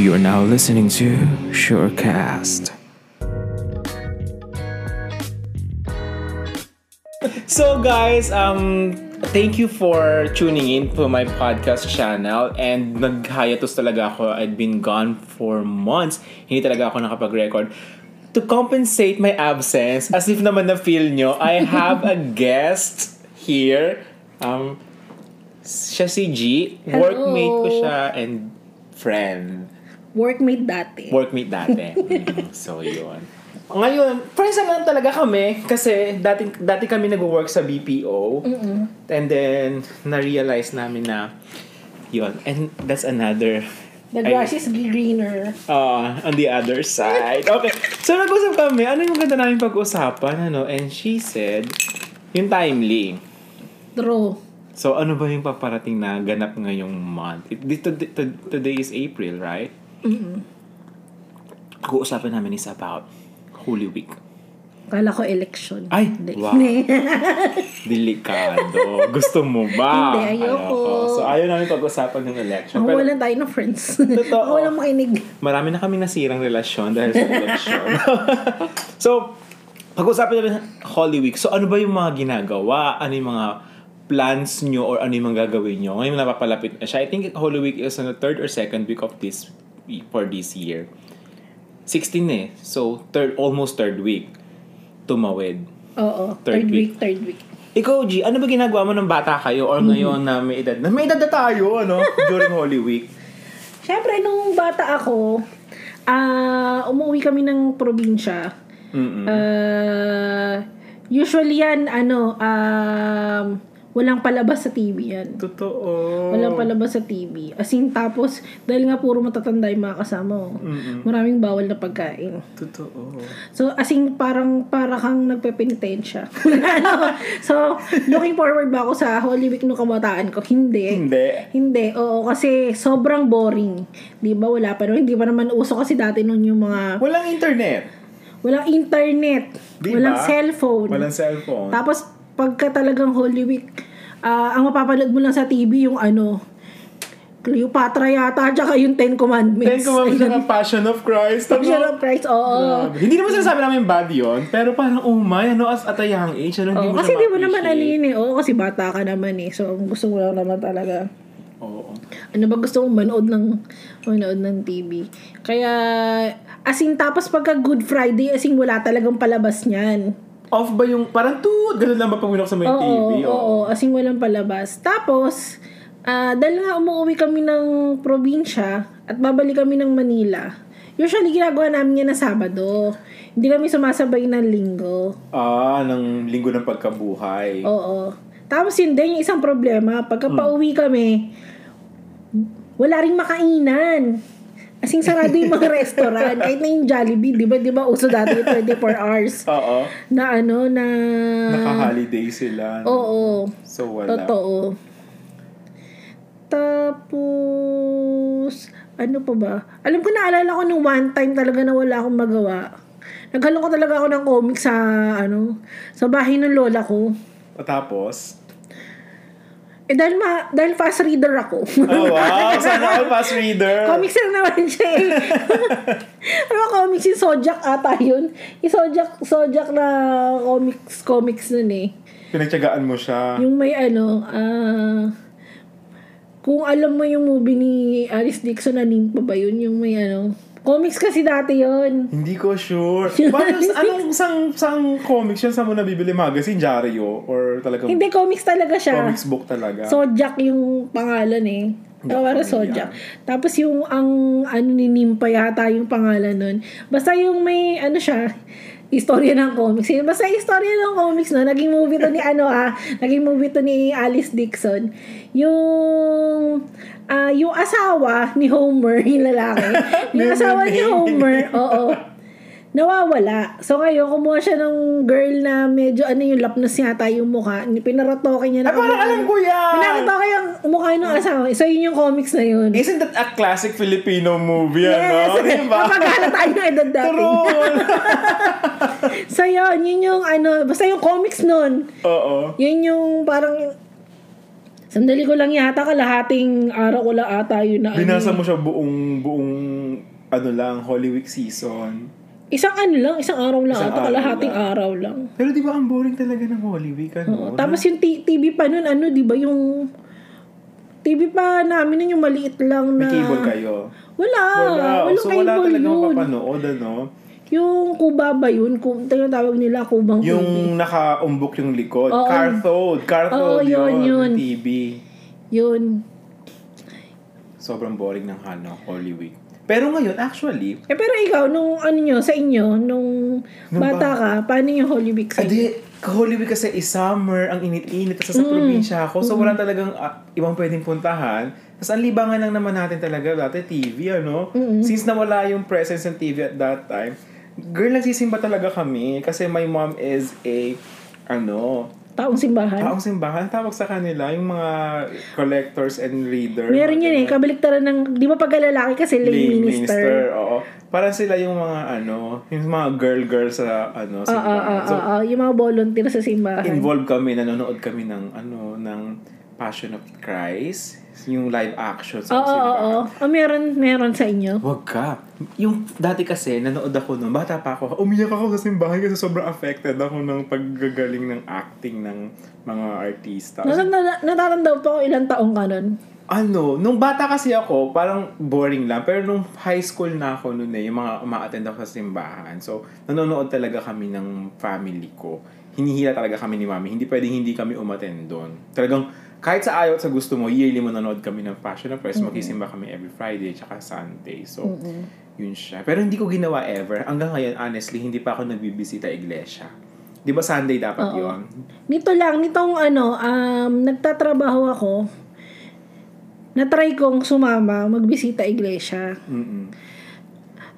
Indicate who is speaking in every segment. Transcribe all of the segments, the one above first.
Speaker 1: You are now listening to Surecast.
Speaker 2: So guys, um thank you for tuning in to my podcast channel and nag-hiatus talaga ako. I'd been gone for months. Hindi talaga ako nakapag-record. To compensate my absence, as if naman na-feel nyo, I have a guest here. Um, siya si G. Workmate ko siya and friend
Speaker 3: Workmate dati.
Speaker 2: workmate dati. Mm, so, yun. Ngayon, friends na lang talaga kami kasi dati, dati kami nag-work sa BPO. And then, na-realize namin na yun. And that's another...
Speaker 3: The grass is greener.
Speaker 2: Uh, on the other side. Okay. So, nag-usap kami. Ano yung ganda namin pag-usapan? Ano? And she said, yung timely.
Speaker 3: True.
Speaker 2: So, ano ba yung paparating na ganap ngayong month? It, dito, dito, today is April, right? Mm-hmm. Pag-uusapan namin is about Holy Week.
Speaker 3: Kala ko election.
Speaker 2: Ay,
Speaker 3: Hindi.
Speaker 2: wow. Delikado. Gusto mo ba?
Speaker 3: Hindi, ayoko.
Speaker 2: So, ayaw namin pag-usapan ng election. Pero
Speaker 3: Mawalan tayo ng friends.
Speaker 2: Totoo.
Speaker 3: Mawalan makinig.
Speaker 2: marami na kami nasirang relasyon dahil sa election. so, pag-usapan namin Holy Week. So, ano ba yung mga ginagawa? Ano yung mga plans nyo or ano yung mga gagawin nyo? Ngayon napapalapit na siya. I think Holy Week is on the third or second week of this for this year. 16 eh. So, third, almost third week. Tumawid.
Speaker 3: Oo.
Speaker 2: Third
Speaker 3: Third,
Speaker 2: week.
Speaker 3: week. third week.
Speaker 2: Ikaw, G, ano ba ginagawa mo ng bata kayo or ngayon na may edad? Na may edad na tayo, ano? During Holy Week.
Speaker 3: Siyempre, nung bata ako, ah umuwi kami ng probinsya.
Speaker 2: Mm-mm.
Speaker 3: Ah, usually yan, ano, um, walang palabas sa TV yan.
Speaker 2: Totoo.
Speaker 3: Walang
Speaker 2: Oh.
Speaker 3: palabas sa TV. As in, tapos, dahil nga puro matatanda yung mga kasama ko, maraming bawal na pagkain.
Speaker 2: Totoo.
Speaker 3: So, as in, parang, para kang nagpe-penitensya. Ano? so, looking forward ba ako sa Holy Week nung kabataan ko? Hindi.
Speaker 2: Hindi.
Speaker 3: Hindi, oo, kasi sobrang boring. Di ba, wala pa nun. Di ba naman uso kasi dati nun yung mga,
Speaker 2: Walang internet.
Speaker 3: walang internet,
Speaker 2: Di
Speaker 3: walang
Speaker 2: ba?
Speaker 3: cellphone.
Speaker 2: Walang cellphone.
Speaker 3: Tapos, pagka talagang Holy Week, ah, ang mapapanood mo lang sa TV yung ano, Cleopatra yata, tsaka yung
Speaker 2: Ten
Speaker 3: Ten Commandments.
Speaker 2: Commandments ng Passion of Christ. Ano?
Speaker 3: Picture of Christ, oo.
Speaker 2: Grabe. Hindi naman sinasabi namin bad yun, pero parang, oh my, ano, as at a young age, ano, hindi
Speaker 3: Oo,
Speaker 2: mo
Speaker 3: kasi
Speaker 2: siya
Speaker 3: di mo naman ano
Speaker 2: ma-appreciate.
Speaker 3: yun eh. Oo, kasi bata ka naman eh. So, ang gusto mo lang naman talaga.
Speaker 2: Oo.
Speaker 3: Ano ba gusto mong manood ng manood ng TV? Kaya, as in, tapos pagka Good Friday, as in, wala talagang palabas niyan.
Speaker 2: Off ba yung, parang toot, ganun lang ba pag sa may
Speaker 3: Oo,
Speaker 2: TV?
Speaker 3: oo, as in, walang palabas. Tapos, ah, dahil nga umuwi kami ng probinsya at babalik kami ng Manila, usually ginagawa namin yan na Sabado. Hindi kami sumasabay ng linggo.
Speaker 2: Ah, ng linggo ng pagkabuhay.
Speaker 3: Oo. Tapos yun din yung isang problema, pagka pauwi kami, wala ring makainan. As in, sarado yung mga restaurant. Kahit na yung Jollibee, di ba? Di ba uso dati yung 24 hours?
Speaker 2: Oo.
Speaker 3: Na ano, na...
Speaker 2: Naka-holiday sila.
Speaker 3: Oo.
Speaker 2: So, wala.
Speaker 3: Totoo. Tapos, ano pa ba? Alam ko naalala ko nung one time talaga na wala akong magawa. Naghalong ko talaga ako ng comic sa, ano, sa bahay ng lola ko.
Speaker 2: At Tapos,
Speaker 3: Eh, dahil, ma- dahil fast reader ako.
Speaker 2: oh wow, sana all fast reader.
Speaker 3: comics lang naman siya eh. ano ba comics? Yung Sojak ata yun. Yung Sojak, Sojak na comics, comics nun eh.
Speaker 2: Pinagtyagaan mo siya.
Speaker 3: Yung may ano, ah... kung alam mo yung movie ni Alice Dixon na nimpa ba yun? Yung may ano... Comics kasi dati yun.
Speaker 2: Hindi ko sure. Paano, anong, sang, sang comics yun? Saan mo nabibili? Magazine, dyaryo? Or talagang
Speaker 3: Hindi, comics talaga siya.
Speaker 2: comics book talaga?
Speaker 3: Sojak yung pangalan eh.
Speaker 2: Hindi ah. ko
Speaker 3: Tawara
Speaker 2: familiar.
Speaker 3: Sojak. Tapos yung ang ano ni Nimpa yata yung pangalan nun. Basta yung may ano siya, istorya ng comics. Yun, Basta istorya ng comics no. Naging movie to ni ano ah. Naging movie to ni Alice Dixon. Yung ah yung asawa ni Homer, yung lalaki. yung
Speaker 2: Yung
Speaker 3: asawa ni
Speaker 2: name.
Speaker 3: Homer. Oo. Nawawala. So ngayon, kumuha siya ng girl na medyo ano yung lapnos yata yung mukha. Pinaratoke niya na.
Speaker 2: Ay, Ah, parang alam ko yan!
Speaker 3: Pinakita ko yung mukha ng asawa. So, yun yung comics na yun.
Speaker 2: Isn't that a classic Filipino movie,
Speaker 3: Yes!
Speaker 2: ano? Diba?
Speaker 3: Kapag tayo ng edad dati.
Speaker 2: True!
Speaker 3: So, yun. Yun yung ano. Basta yung comics nun.
Speaker 2: Oo.
Speaker 3: Yun yung parang Sandali ko lang yata, kalahating araw ko lang ata yun na ano.
Speaker 2: Binasa mo siya buong, buong, ano lang, Holy Week season.
Speaker 3: Isang ano lang, isang araw lang
Speaker 2: Isang
Speaker 3: ata,
Speaker 2: araw
Speaker 3: kalahating
Speaker 2: lang.
Speaker 3: araw lang.
Speaker 2: Pero di ba ang boring talaga ng Holy Week? Ano?
Speaker 3: Oo, tapos yung T- TV pa nun, ano, di ba yung... TV pa namin nun yung maliit lang na...
Speaker 2: May cable kayo.
Speaker 3: Wala.
Speaker 2: Wala.
Speaker 3: Walang
Speaker 2: so, wala
Speaker 3: cable
Speaker 2: talaga
Speaker 3: yun.
Speaker 2: mapapanood, ano?
Speaker 3: Yung kuba ba yun? Kung tinatawag nila kubang
Speaker 2: Yung nakaumbok yung likod.
Speaker 3: Mm-hmm. Oo.
Speaker 2: Carthode. Carthode
Speaker 3: Oo, yun, yun.
Speaker 2: TV.
Speaker 3: Yun.
Speaker 2: Sobrang boring ng ano, Holy Week. Pero ngayon, actually,
Speaker 3: Eh, pero ikaw, nung ano nyo, sa inyo, nung
Speaker 2: Nung Ah,
Speaker 3: bata ka, paano yung Holy Week sa inyo?
Speaker 2: adi, Holy Week kasi is summer, ang init-init, kasi
Speaker 3: Mm-hmm.
Speaker 2: sa probinsya ako, so wala talagang ah, ibang pwedeng puntahan. Tapos ang libangan lang naman natin talaga dati, TV, ano?
Speaker 3: Mm-hmm.
Speaker 2: Since nawala yung presence ng TV at that time, girl, nagsisimba talaga kami kasi my mom is a, ano,
Speaker 3: Taong simbahan?
Speaker 2: Taong simbahan, tawag sa kanila, yung mga collectors and readers.
Speaker 3: Meron yun eh, kabaliktaran ng, di ba pag lalaki kasi lay
Speaker 2: Lay
Speaker 3: minister.
Speaker 2: oo. Parang sila yung mga ano, yung mga girl-girl sa ano,
Speaker 3: Oo, oo,
Speaker 2: simbahan.
Speaker 3: oo,
Speaker 2: So,
Speaker 3: oo, ah, yung mga volunteer sa simbahan.
Speaker 2: involved kami, nanonood kami ng ano, ng Passion of Christ, yung live action sa
Speaker 3: Oo, oo,
Speaker 2: simbahan.
Speaker 3: oo. Ah, meron, meron sa inyo.
Speaker 2: Wag ka. Yung dati kasi, nanood ako nung bata pa ako, umiyak ako sa simbahan kasi sobrang affected ako ng paggagaling ng acting ng mga artista.
Speaker 3: Natat- Natatanda pa ko ilang taong ka nun.
Speaker 2: ano, nung bata kasi ako, parang boring lang. Pero nung high school na ako noon eh, yung mga umaattend ako sa simbahan. So, nanonood talaga kami ng family ko. Hinihila talaga kami ni mami. Hindi pwedeng hindi kami umattend doon. Talagang, kahit sa ayaw at sa gusto mo, yearly mo nanood kami ng Passion of Christ. Magsisimba kami every Friday tsaka Sunday. So, yun siya. Pero hindi ko ginawa ever. Hanggang ngayon, honestly, hindi pa ako nagbibisita iglesia. Di ba Sunday dapat
Speaker 3: Oo.
Speaker 2: yon?
Speaker 3: Nito lang, nitong ano, um, nagtatrabaho ako, natry kong sumama, magbisita iglesia.
Speaker 2: Mm-mm.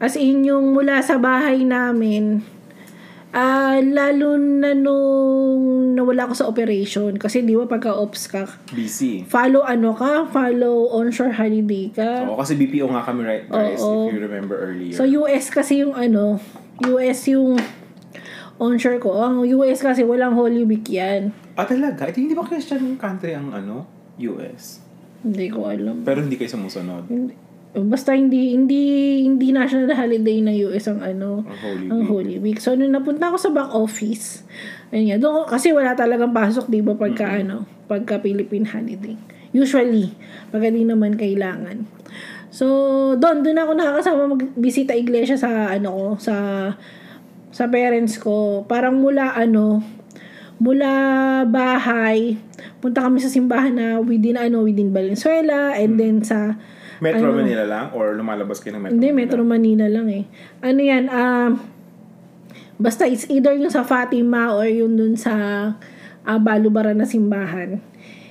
Speaker 3: As in, yung mula sa bahay namin, ah, lalo na nung nawala ko sa operation, kasi di ba pagka-ops ka,
Speaker 2: Busy.
Speaker 3: follow ano ka, follow onshore holiday ka.
Speaker 2: Oo, kasi BPO nga kami right guys,
Speaker 3: Oo.
Speaker 2: if you remember earlier.
Speaker 3: So, US kasi yung ano, US yung onshore ko. Ang US kasi walang Holy Week yan.
Speaker 2: ah, talaga? Eh, hindi ba Christian country ang ano? US.
Speaker 3: Hindi ko alam.
Speaker 2: Pero hindi kayo sumusunod.
Speaker 3: Hindi- Basta hindi hindi hindi national holiday ng US ang ano,
Speaker 2: Ang Holy
Speaker 3: ang
Speaker 2: Week.
Speaker 3: Holy Week. So nung napunta ako sa back office, ayun nga, doon ko- kasi wala talagang pasok 'di ba pagka ano, pagka Philippine holiday. Usually, pagka di naman kailangan. So doon doon ako nakakasama magbisita iglesia sa ano ko, sa sa parents ko. Parang mula ano, mula bahay, punta kami sa simbahan na within ano, within Valenzuela and then sa
Speaker 2: Metro
Speaker 3: ano,
Speaker 2: Manila lang? Or lumalabas kayo ng Metro
Speaker 3: hindi,
Speaker 2: Manila?
Speaker 3: Metro Manila lang eh. Ano yan, um, basta it's either yung sa Fatima or yung dun sa ah, Balubaran na simbahan.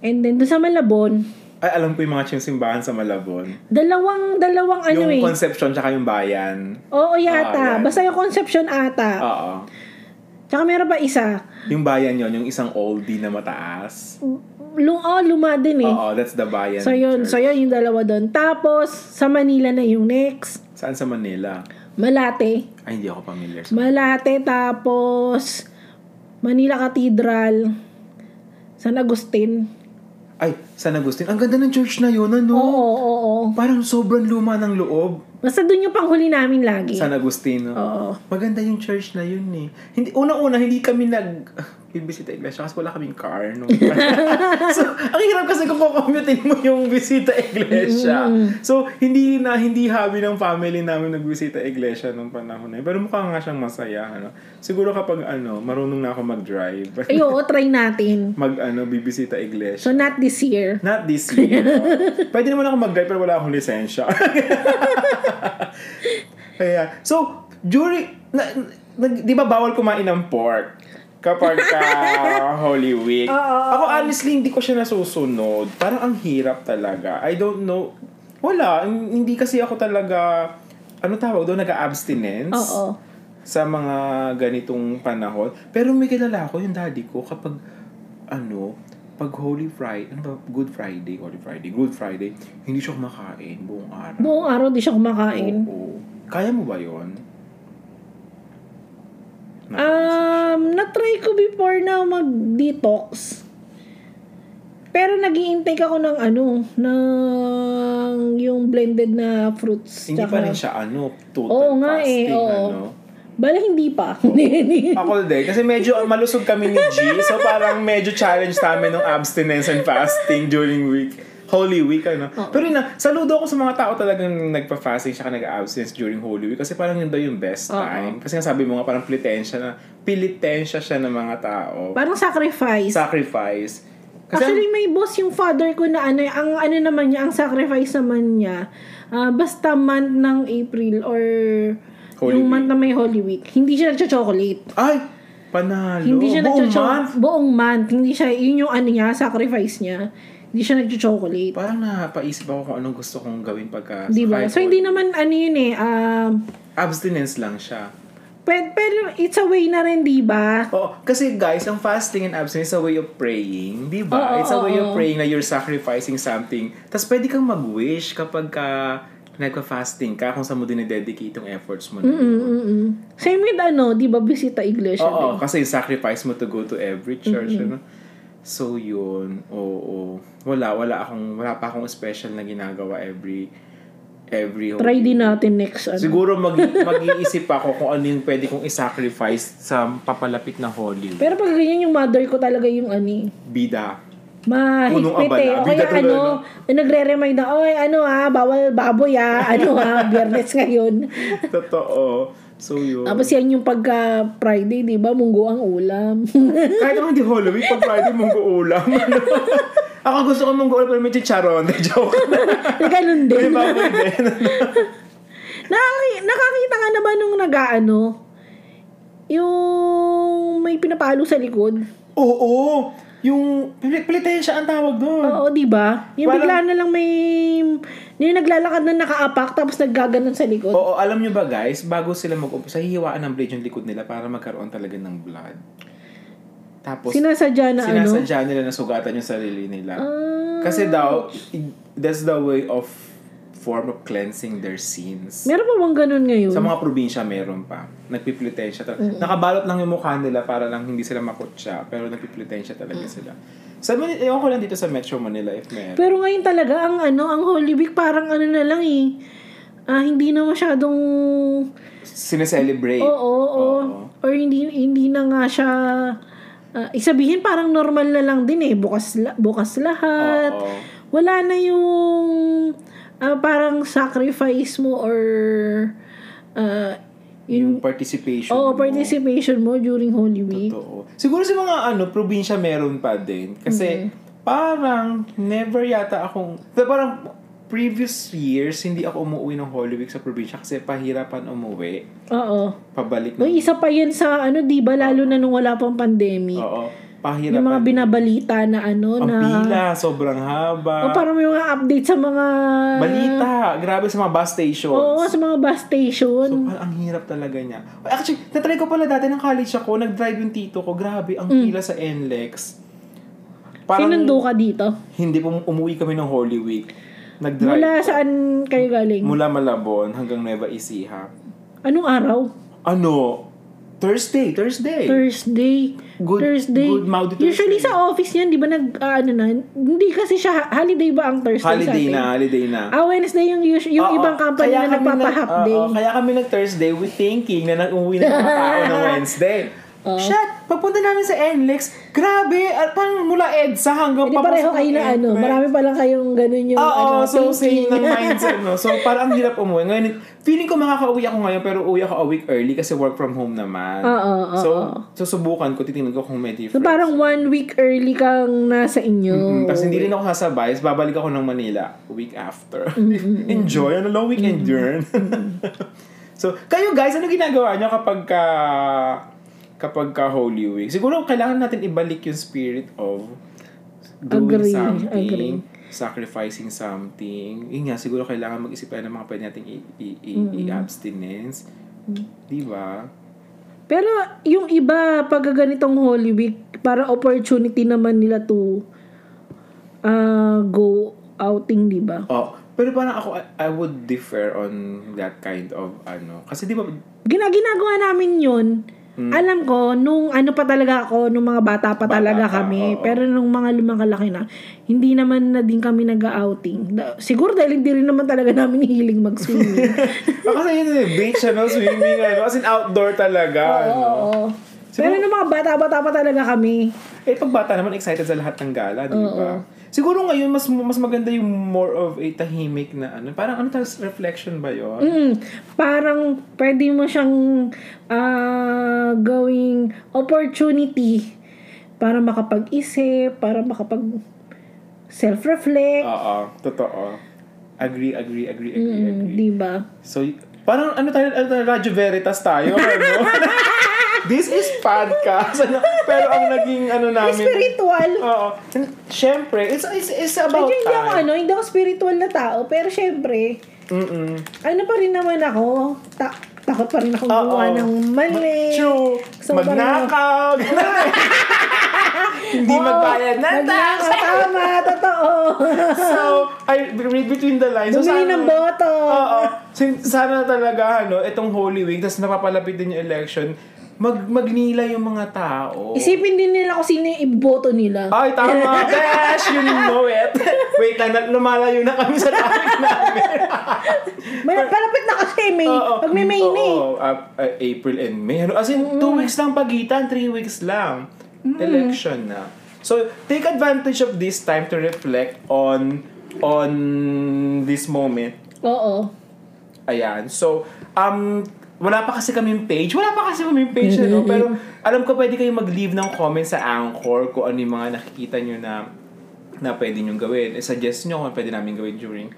Speaker 3: And then, dun sa Malabon,
Speaker 2: Ay, alam ko yung mga ching simbahan sa Malabon.
Speaker 3: dalawang, dalawang ano
Speaker 2: yung
Speaker 3: eh.
Speaker 2: Conception tsaka yung Bayan.
Speaker 3: Oo, yata.
Speaker 2: Ah, yan.
Speaker 3: Basta yung Conception ata.
Speaker 2: Oo.
Speaker 3: Tsaka meron pa isa.
Speaker 2: Yung Bayan yon yung isang oldie na mataas.
Speaker 3: Lung, oh, luma din eh.
Speaker 2: Oo, that's the Bayan.
Speaker 3: so yun, so
Speaker 2: Church.
Speaker 3: yun yung dalawa doon. Tapos, sa Manila na yung next.
Speaker 2: Saan sa Manila?
Speaker 3: Malate.
Speaker 2: Ay, hindi ako familiar. sa-
Speaker 3: Malate tapos Manila Cathedral, San Agustin.
Speaker 2: Ay, San Agustin. Ang ganda ng church na yun,
Speaker 3: Oo,
Speaker 2: ano?
Speaker 3: oo, oo.
Speaker 2: Parang sobrang luma ng loob.
Speaker 3: Basta dun yung panghuli namin lagi.
Speaker 2: San Agustin.
Speaker 3: Oo.
Speaker 2: Maganda yung church na yun eh. Hindi, unang-una, hindi kami nag... Bibisita iglesia kasi wala kaming car. Nung so, ang hirap kasi kung kukommutin mo yung bisita iglesia. So, hindi na, hindi hobby ng family namin nagbisita iglesia nung panahon na yun. Pero mukha nga siyang masaya. Ano? Siguro kapag ano, marunong na ako mag-drive.
Speaker 3: Ay, oo, try natin.
Speaker 2: mag ano, bibisita iglesia.
Speaker 3: So, not this year.
Speaker 2: Not this year. Pwede naman ako mag-drive pero wala akong lisensya. Kaya, so, during, na, na- di ba bawal kumain ng pork? Kapag ka Holy Week. Ako honestly, hindi ko siya nasusunod. Parang ang hirap talaga. I don't know. Wala. Hindi kasi ako talaga, ano tawag doon, nag-abstinence
Speaker 3: Oo.
Speaker 2: sa mga ganitong panahon. Pero may kilala ako yung daddy ko kapag ano, pag Holy Friday, ano ba, Good Friday, Holy Friday, Good Friday, hindi siya kumakain buong araw.
Speaker 3: Buong araw di siya kumakain.
Speaker 2: Oo. Kaya mo ba yon?
Speaker 3: Ah, Um, na-try ko before na mag-detox. Pero nag-i-intake ako ng ano, ng yung blended na fruits.
Speaker 2: Hindi pa
Speaker 3: tsaka-
Speaker 2: rin siya, ano, total
Speaker 3: Oo nga eh,
Speaker 2: fasting,
Speaker 3: oo.
Speaker 2: ano.
Speaker 3: Bala hindi pa.
Speaker 2: Ako din. Kasi medyo malusog kami ni G. So parang medyo challenge namin ng abstinence and fasting during week. Holy Week, ano. Pero yun na, saludo ako sa mga tao talagang nagpa-fasting siya nag-abstinence during Holy Week kasi parang yun daw yung best
Speaker 3: Oo.
Speaker 2: time. Kasi nga sabi mo nga parang pilitensya na, pilitensya siya ng mga tao.
Speaker 3: Parang sacrifice.
Speaker 2: Sacrifice. Kasi
Speaker 3: Actually, may boss yung father ko na ano, ang ano naman niya, ang sacrifice naman niya, ah, basta month ng April or
Speaker 2: Holy
Speaker 3: yung
Speaker 2: Week.
Speaker 3: month na may Holy Week, hindi siya nagcho-chocolate.
Speaker 2: ay, panalo.
Speaker 3: Hindi
Speaker 2: Buong month.
Speaker 3: siya nagcho-chocolate. Buong month. Hindi siya, yun yung ano niya, sacrifice niya. Hindi siya nagcho-chocolate.
Speaker 2: Parang napaisip ako kung anong gusto kong gawin pagka
Speaker 3: Di ba?
Speaker 2: kahit
Speaker 3: So, hindi naman ano yun eh, um,
Speaker 2: abstinence lang siya.
Speaker 3: pero, pero it's a way na rin, di ba?
Speaker 2: Oo, kasi guys, ang fasting and abstinence is a way of praying, di ba?
Speaker 3: Oo,
Speaker 2: It's a way of
Speaker 3: oo.
Speaker 2: praying na you're sacrificing something. Tapos pwede kang mag-wish kapag ka nagpa-fasting ka kung saan mo dinededicate yung efforts mo. na yun.
Speaker 3: Mm-mm. Same with ano, di ba, bisita iglesia.
Speaker 2: Oo,
Speaker 3: din.
Speaker 2: kasi sacrifice mo to go to every church, ano? So, yun. Oo. Wala, wala akong, wala pa akong special na ginagawa every, every
Speaker 3: Try din natin next. Ano.
Speaker 2: Siguro mag, mag-iisip ako kung ano yung pwede kong i-sacrifice sa papalapit na Holy Week.
Speaker 3: Pero pag ganyan yung mother ko talaga yung ano eh,
Speaker 2: Bida. Punong
Speaker 3: Mahigpit
Speaker 2: abala.
Speaker 3: eh. O
Speaker 2: Bida
Speaker 3: kaya
Speaker 2: tuloy,
Speaker 3: ano, nagre-remind na, oy, ano ah, bawal baboy ah, ano ah, biyernes ngayon.
Speaker 2: Totoo. So yun.
Speaker 3: Tapos yan yung pagka Friday, di ba, munggo ang ulam.
Speaker 2: Kahit naman hindi Halloween, pag Friday mong ulam. ano? Ako gusto ko mong ulam pero may chicharon. Joke na.
Speaker 3: Ganun
Speaker 2: May
Speaker 3: din.
Speaker 2: baboy din.
Speaker 3: Nakaki- nakakita ka na ba nung nag-ano, yung may pinapalo sa likod?
Speaker 2: Oo. Yung pilitensya ang tawag doon.
Speaker 3: Oo, di ba? Yung
Speaker 2: Parang-
Speaker 3: bigla na lang may, yung naglalakad na nakaapak tapos naggaganon sa likod.
Speaker 2: Oo, alam nyo ba guys, bago sila mag-umpisa, hihiwaan ng blade yung likod nila para magkaroon talaga ng blood. Tapos,
Speaker 3: Sinasadya na ano. Ah,
Speaker 2: sinasadya nila na sugatan yung sarili nila. Kasi daw, i- that's the way of form of cleansing their sins.
Speaker 3: Meron pa bang ganun ngayon?
Speaker 2: Sa mga probinsya, meron pa. Nagpipilitensya talaga. Nakabalot lang yung mukha nila para lang hindi sila makutsa. Pero nagpipilitensya talaga
Speaker 3: Mm.
Speaker 2: sila. Sa Manila, ewan ko lang dito sa Metro Manila if meron.
Speaker 3: Pero ngayon talaga, ang ano, ang Holy Week parang ano na lang eh. Ah, hindi na masyadong...
Speaker 2: Sineselebrate.
Speaker 3: Oo, oo, Or hindi, hindi na nga siya... ah, isabihin parang normal na lang din eh. Bukas, la- bukas lahat.
Speaker 2: Oo.
Speaker 3: Wala na yung ah, parang sacrifice mo or... ah,
Speaker 2: Yung
Speaker 3: yung,
Speaker 2: participation.
Speaker 3: oo,
Speaker 2: mo.
Speaker 3: participation mo during Holy Week.
Speaker 2: Totoo. Siguro sa mga ano, probinsya meron pa din. Kasi parang never yata akong... pa- Parang previous years, hindi ako umuwi ng Holy Week sa probinsya kasi pahirapan umuwi.
Speaker 3: Oo.
Speaker 2: Pabalik na.
Speaker 3: Uy, isa pa yan sa ano, di ba? Lalo na nung wala pang pandemic.
Speaker 2: Oo. Pahirapan.
Speaker 3: Yung mga binabalita na ano
Speaker 2: Ang
Speaker 3: na...
Speaker 2: pila, sobrang haba.
Speaker 3: O parang may mga update sa mga...
Speaker 2: Balita. Grabe sa mga bus stations.
Speaker 3: Oo, sa mga bus station.
Speaker 2: So, parang ang hirap talaga niya. Actually, natry ko pala dati ng college ako, nag-drive yung tito ko. Grabe, ang
Speaker 3: Mm.
Speaker 2: pila sa NLEX. Parang
Speaker 3: Sinundo ka dito?
Speaker 2: hindi po umuwi kami ng Holy Week. Nag-drive.
Speaker 3: Mula saan kayo galing?
Speaker 2: mula Malabon hanggang Nueva Ecija.
Speaker 3: Anong araw?
Speaker 2: Ano? Thursday, Thursday.
Speaker 3: Thursday.
Speaker 2: Eh, Good-
Speaker 3: Thursday.
Speaker 2: good Maudi Thursday.
Speaker 3: Usually sa office niyan, di ba nag, ah, ano na, hindi kasi siya, holiday ba ang Thursday sa
Speaker 2: holiday
Speaker 3: atin?
Speaker 2: na, holiday na.
Speaker 3: Ah, Wednesday yung, usu- yung
Speaker 2: Oo,
Speaker 3: ibang company
Speaker 2: kaya
Speaker 3: na
Speaker 2: kami
Speaker 3: nagpapa-half
Speaker 2: nag-
Speaker 3: day. Eh,
Speaker 2: oo, kaya kami nag-Thursday with thinking na nag-uwi na mga tao ng Wednesday. Shit! Pagpunta namin sa NLEX, grabe! ah, Parang mula EDSA hanggang
Speaker 3: Hindi
Speaker 2: papasok
Speaker 3: pareho kayo
Speaker 2: ng
Speaker 3: na ano,
Speaker 2: NLEX.
Speaker 3: marami pa lang kayong ganun yung
Speaker 2: eh. Oo,
Speaker 3: ano,
Speaker 2: so same ng
Speaker 3: thinking.
Speaker 2: mindset, no? So, parang ang hirap umuwi. Ngayon, feeling ko makaka-uwi ako ngayon, pero uwi ako a week early kasi work from home naman.
Speaker 3: Oo, oo,
Speaker 2: So,
Speaker 3: oo.
Speaker 2: susubukan ko, titingnan ko kung may difference.
Speaker 3: So, parang one week early kang nasa inyo.
Speaker 2: Mm, Tapos hindi rin ako sasabay. Tapos babalik ako ng Manila week after.
Speaker 3: Mm,
Speaker 2: Enjoy. Ano long weekend yun? so, kayo guys, ano ginagawa nyo kapag ka, kapag ka Holy Week? Siguro kailangan natin ibalik yung spirit of doing
Speaker 3: Agree,
Speaker 2: something.
Speaker 3: agree.
Speaker 2: Sacrificing something. Yun nga, siguro kailangan mag-isip tayo ng mga pwede nating i- i-
Speaker 3: Mm,
Speaker 2: i- abstinence Di ba?
Speaker 3: Pero yung iba, pag ganitong Holy Week, para opportunity naman nila to ah, go outing, di ba?
Speaker 2: Oh, pero parang ako, I- I would differ on that kind of ano. Kasi di ba,
Speaker 3: Gina- ginagawa namin yun
Speaker 2: Mm.
Speaker 3: Alam ko, nung ano pa talaga ako, nung mga bata pa talaga
Speaker 2: pa,
Speaker 3: kami.
Speaker 2: oo.
Speaker 3: Pero nung mga lumakalaki na, hindi naman na din kami nag-outing. Da- Siguro dahil hindi rin naman talaga namin hiling mag-swimming.
Speaker 2: Ah, kasi yun eh, beach, ano, swimming, ano, as in outdoor talaga, ano.
Speaker 3: Oo. Pero nung mga bata-bata pa talaga kami.
Speaker 2: Eh, pagbata naman, excited sa lahat ng gala, di ba? Siguro ngayon, mas mas maganda yung more of a tahimik na ano. Parang ano tawag, reflection ba yun?
Speaker 3: Mm, parang pwede mo siyang ah, gawing opportunity para makapag-isip, para makapag self-reflect,
Speaker 2: Oo, totoo. Agree, agree, agree, agree,
Speaker 3: Mm,
Speaker 2: agree.
Speaker 3: 'di ba?
Speaker 2: So, y- parang ano tayo, ano tayo, Radyo Veritas tayo, ano? This is podcast. Ano? Pero ang naging ano namin...
Speaker 3: Spiritual.
Speaker 2: Oo. Siyempre, it's, it's, it's about
Speaker 3: Medyo hindi ako
Speaker 2: time.
Speaker 3: ano, hindi ako spiritual na tao, pero syempre,
Speaker 2: Mm-mm.
Speaker 3: ano pa rin naman ako, ta- takot pa rin ako gumawa
Speaker 2: Oo.
Speaker 3: ng mali.
Speaker 2: True.
Speaker 3: So,
Speaker 2: Magnakaw. Hindi
Speaker 3: Oo,
Speaker 2: magbayad ng tax.
Speaker 3: magnakaw, Tama, totoo.
Speaker 2: So, I read between the lines. So,
Speaker 3: Bumili
Speaker 2: sana-
Speaker 3: ng boto.
Speaker 2: Oo. Sin- Sana talaga, ano, itong Holy Week, tapos napapalapit din yung election, mag magnila yung mga tao.
Speaker 3: Isipin din nila kung sino yung iboto nila.
Speaker 2: Ay, tama, Besh! You know it! Wait lang, na- lumalayo na kami sa topic namin.
Speaker 3: May palapit na kasi May.
Speaker 2: Oo.
Speaker 3: Pag may May Mm. na eh.
Speaker 2: Oo, ah, ah, April and May. Ano? As in, two weeks lang pagitan, three weeks lang.
Speaker 3: Mm.
Speaker 2: Election na. So, take advantage of this time to reflect on on this moment.
Speaker 3: Oo.
Speaker 2: Ayan. So, um, wala pa kasi kaming page. Wala pa kasi kaming page, ano? Pero, alam ko pwede kayong mag-leave ng comment sa Anchor kung ano yung mga nakikita nyo na na pwede nyo gawin. Eh, suggest nyo kung ano pwede namin gawin during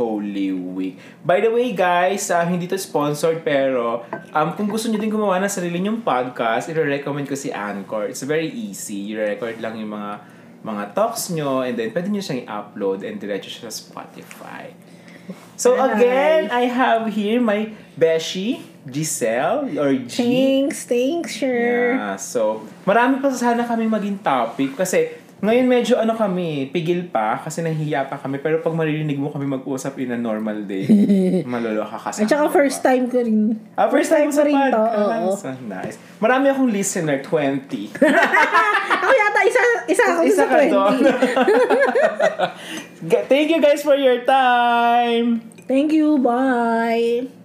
Speaker 2: Holy Week. By the way, guys, ah, hindi to sponsored pero um, kung gusto nyo din gumawa ng sarili nyong podcast, i-recommend ko si Anchor. It's very easy. I-record lang yung mga mga talks nyo and then pwede nyo siyang i-upload and diretso siya sa Spotify. So
Speaker 3: Hi.
Speaker 2: again, I have here my Beshi, Giselle, or G.
Speaker 3: Thanks, thanks, sure.
Speaker 2: Yeah, so, marami pa sana kami maging topic kasi ngayon medyo ano kami, pigil pa kasi nahihiya pa kami. Pero pag maririnig mo kami mag-usap in a normal day, maloloka ka sa
Speaker 3: At saka
Speaker 2: akin,
Speaker 3: first
Speaker 2: diba?
Speaker 3: time ko rin.
Speaker 2: Ah, first, time,
Speaker 3: ko
Speaker 2: sa
Speaker 3: rin to. Oo.
Speaker 2: podcast. Ah, nice. Marami akong listener, 20.
Speaker 3: Ako yata isa, isa ako
Speaker 2: Isa
Speaker 3: sa
Speaker 2: ka
Speaker 3: 20.
Speaker 2: doon. Thank you guys for your time.
Speaker 3: Thank you, bye.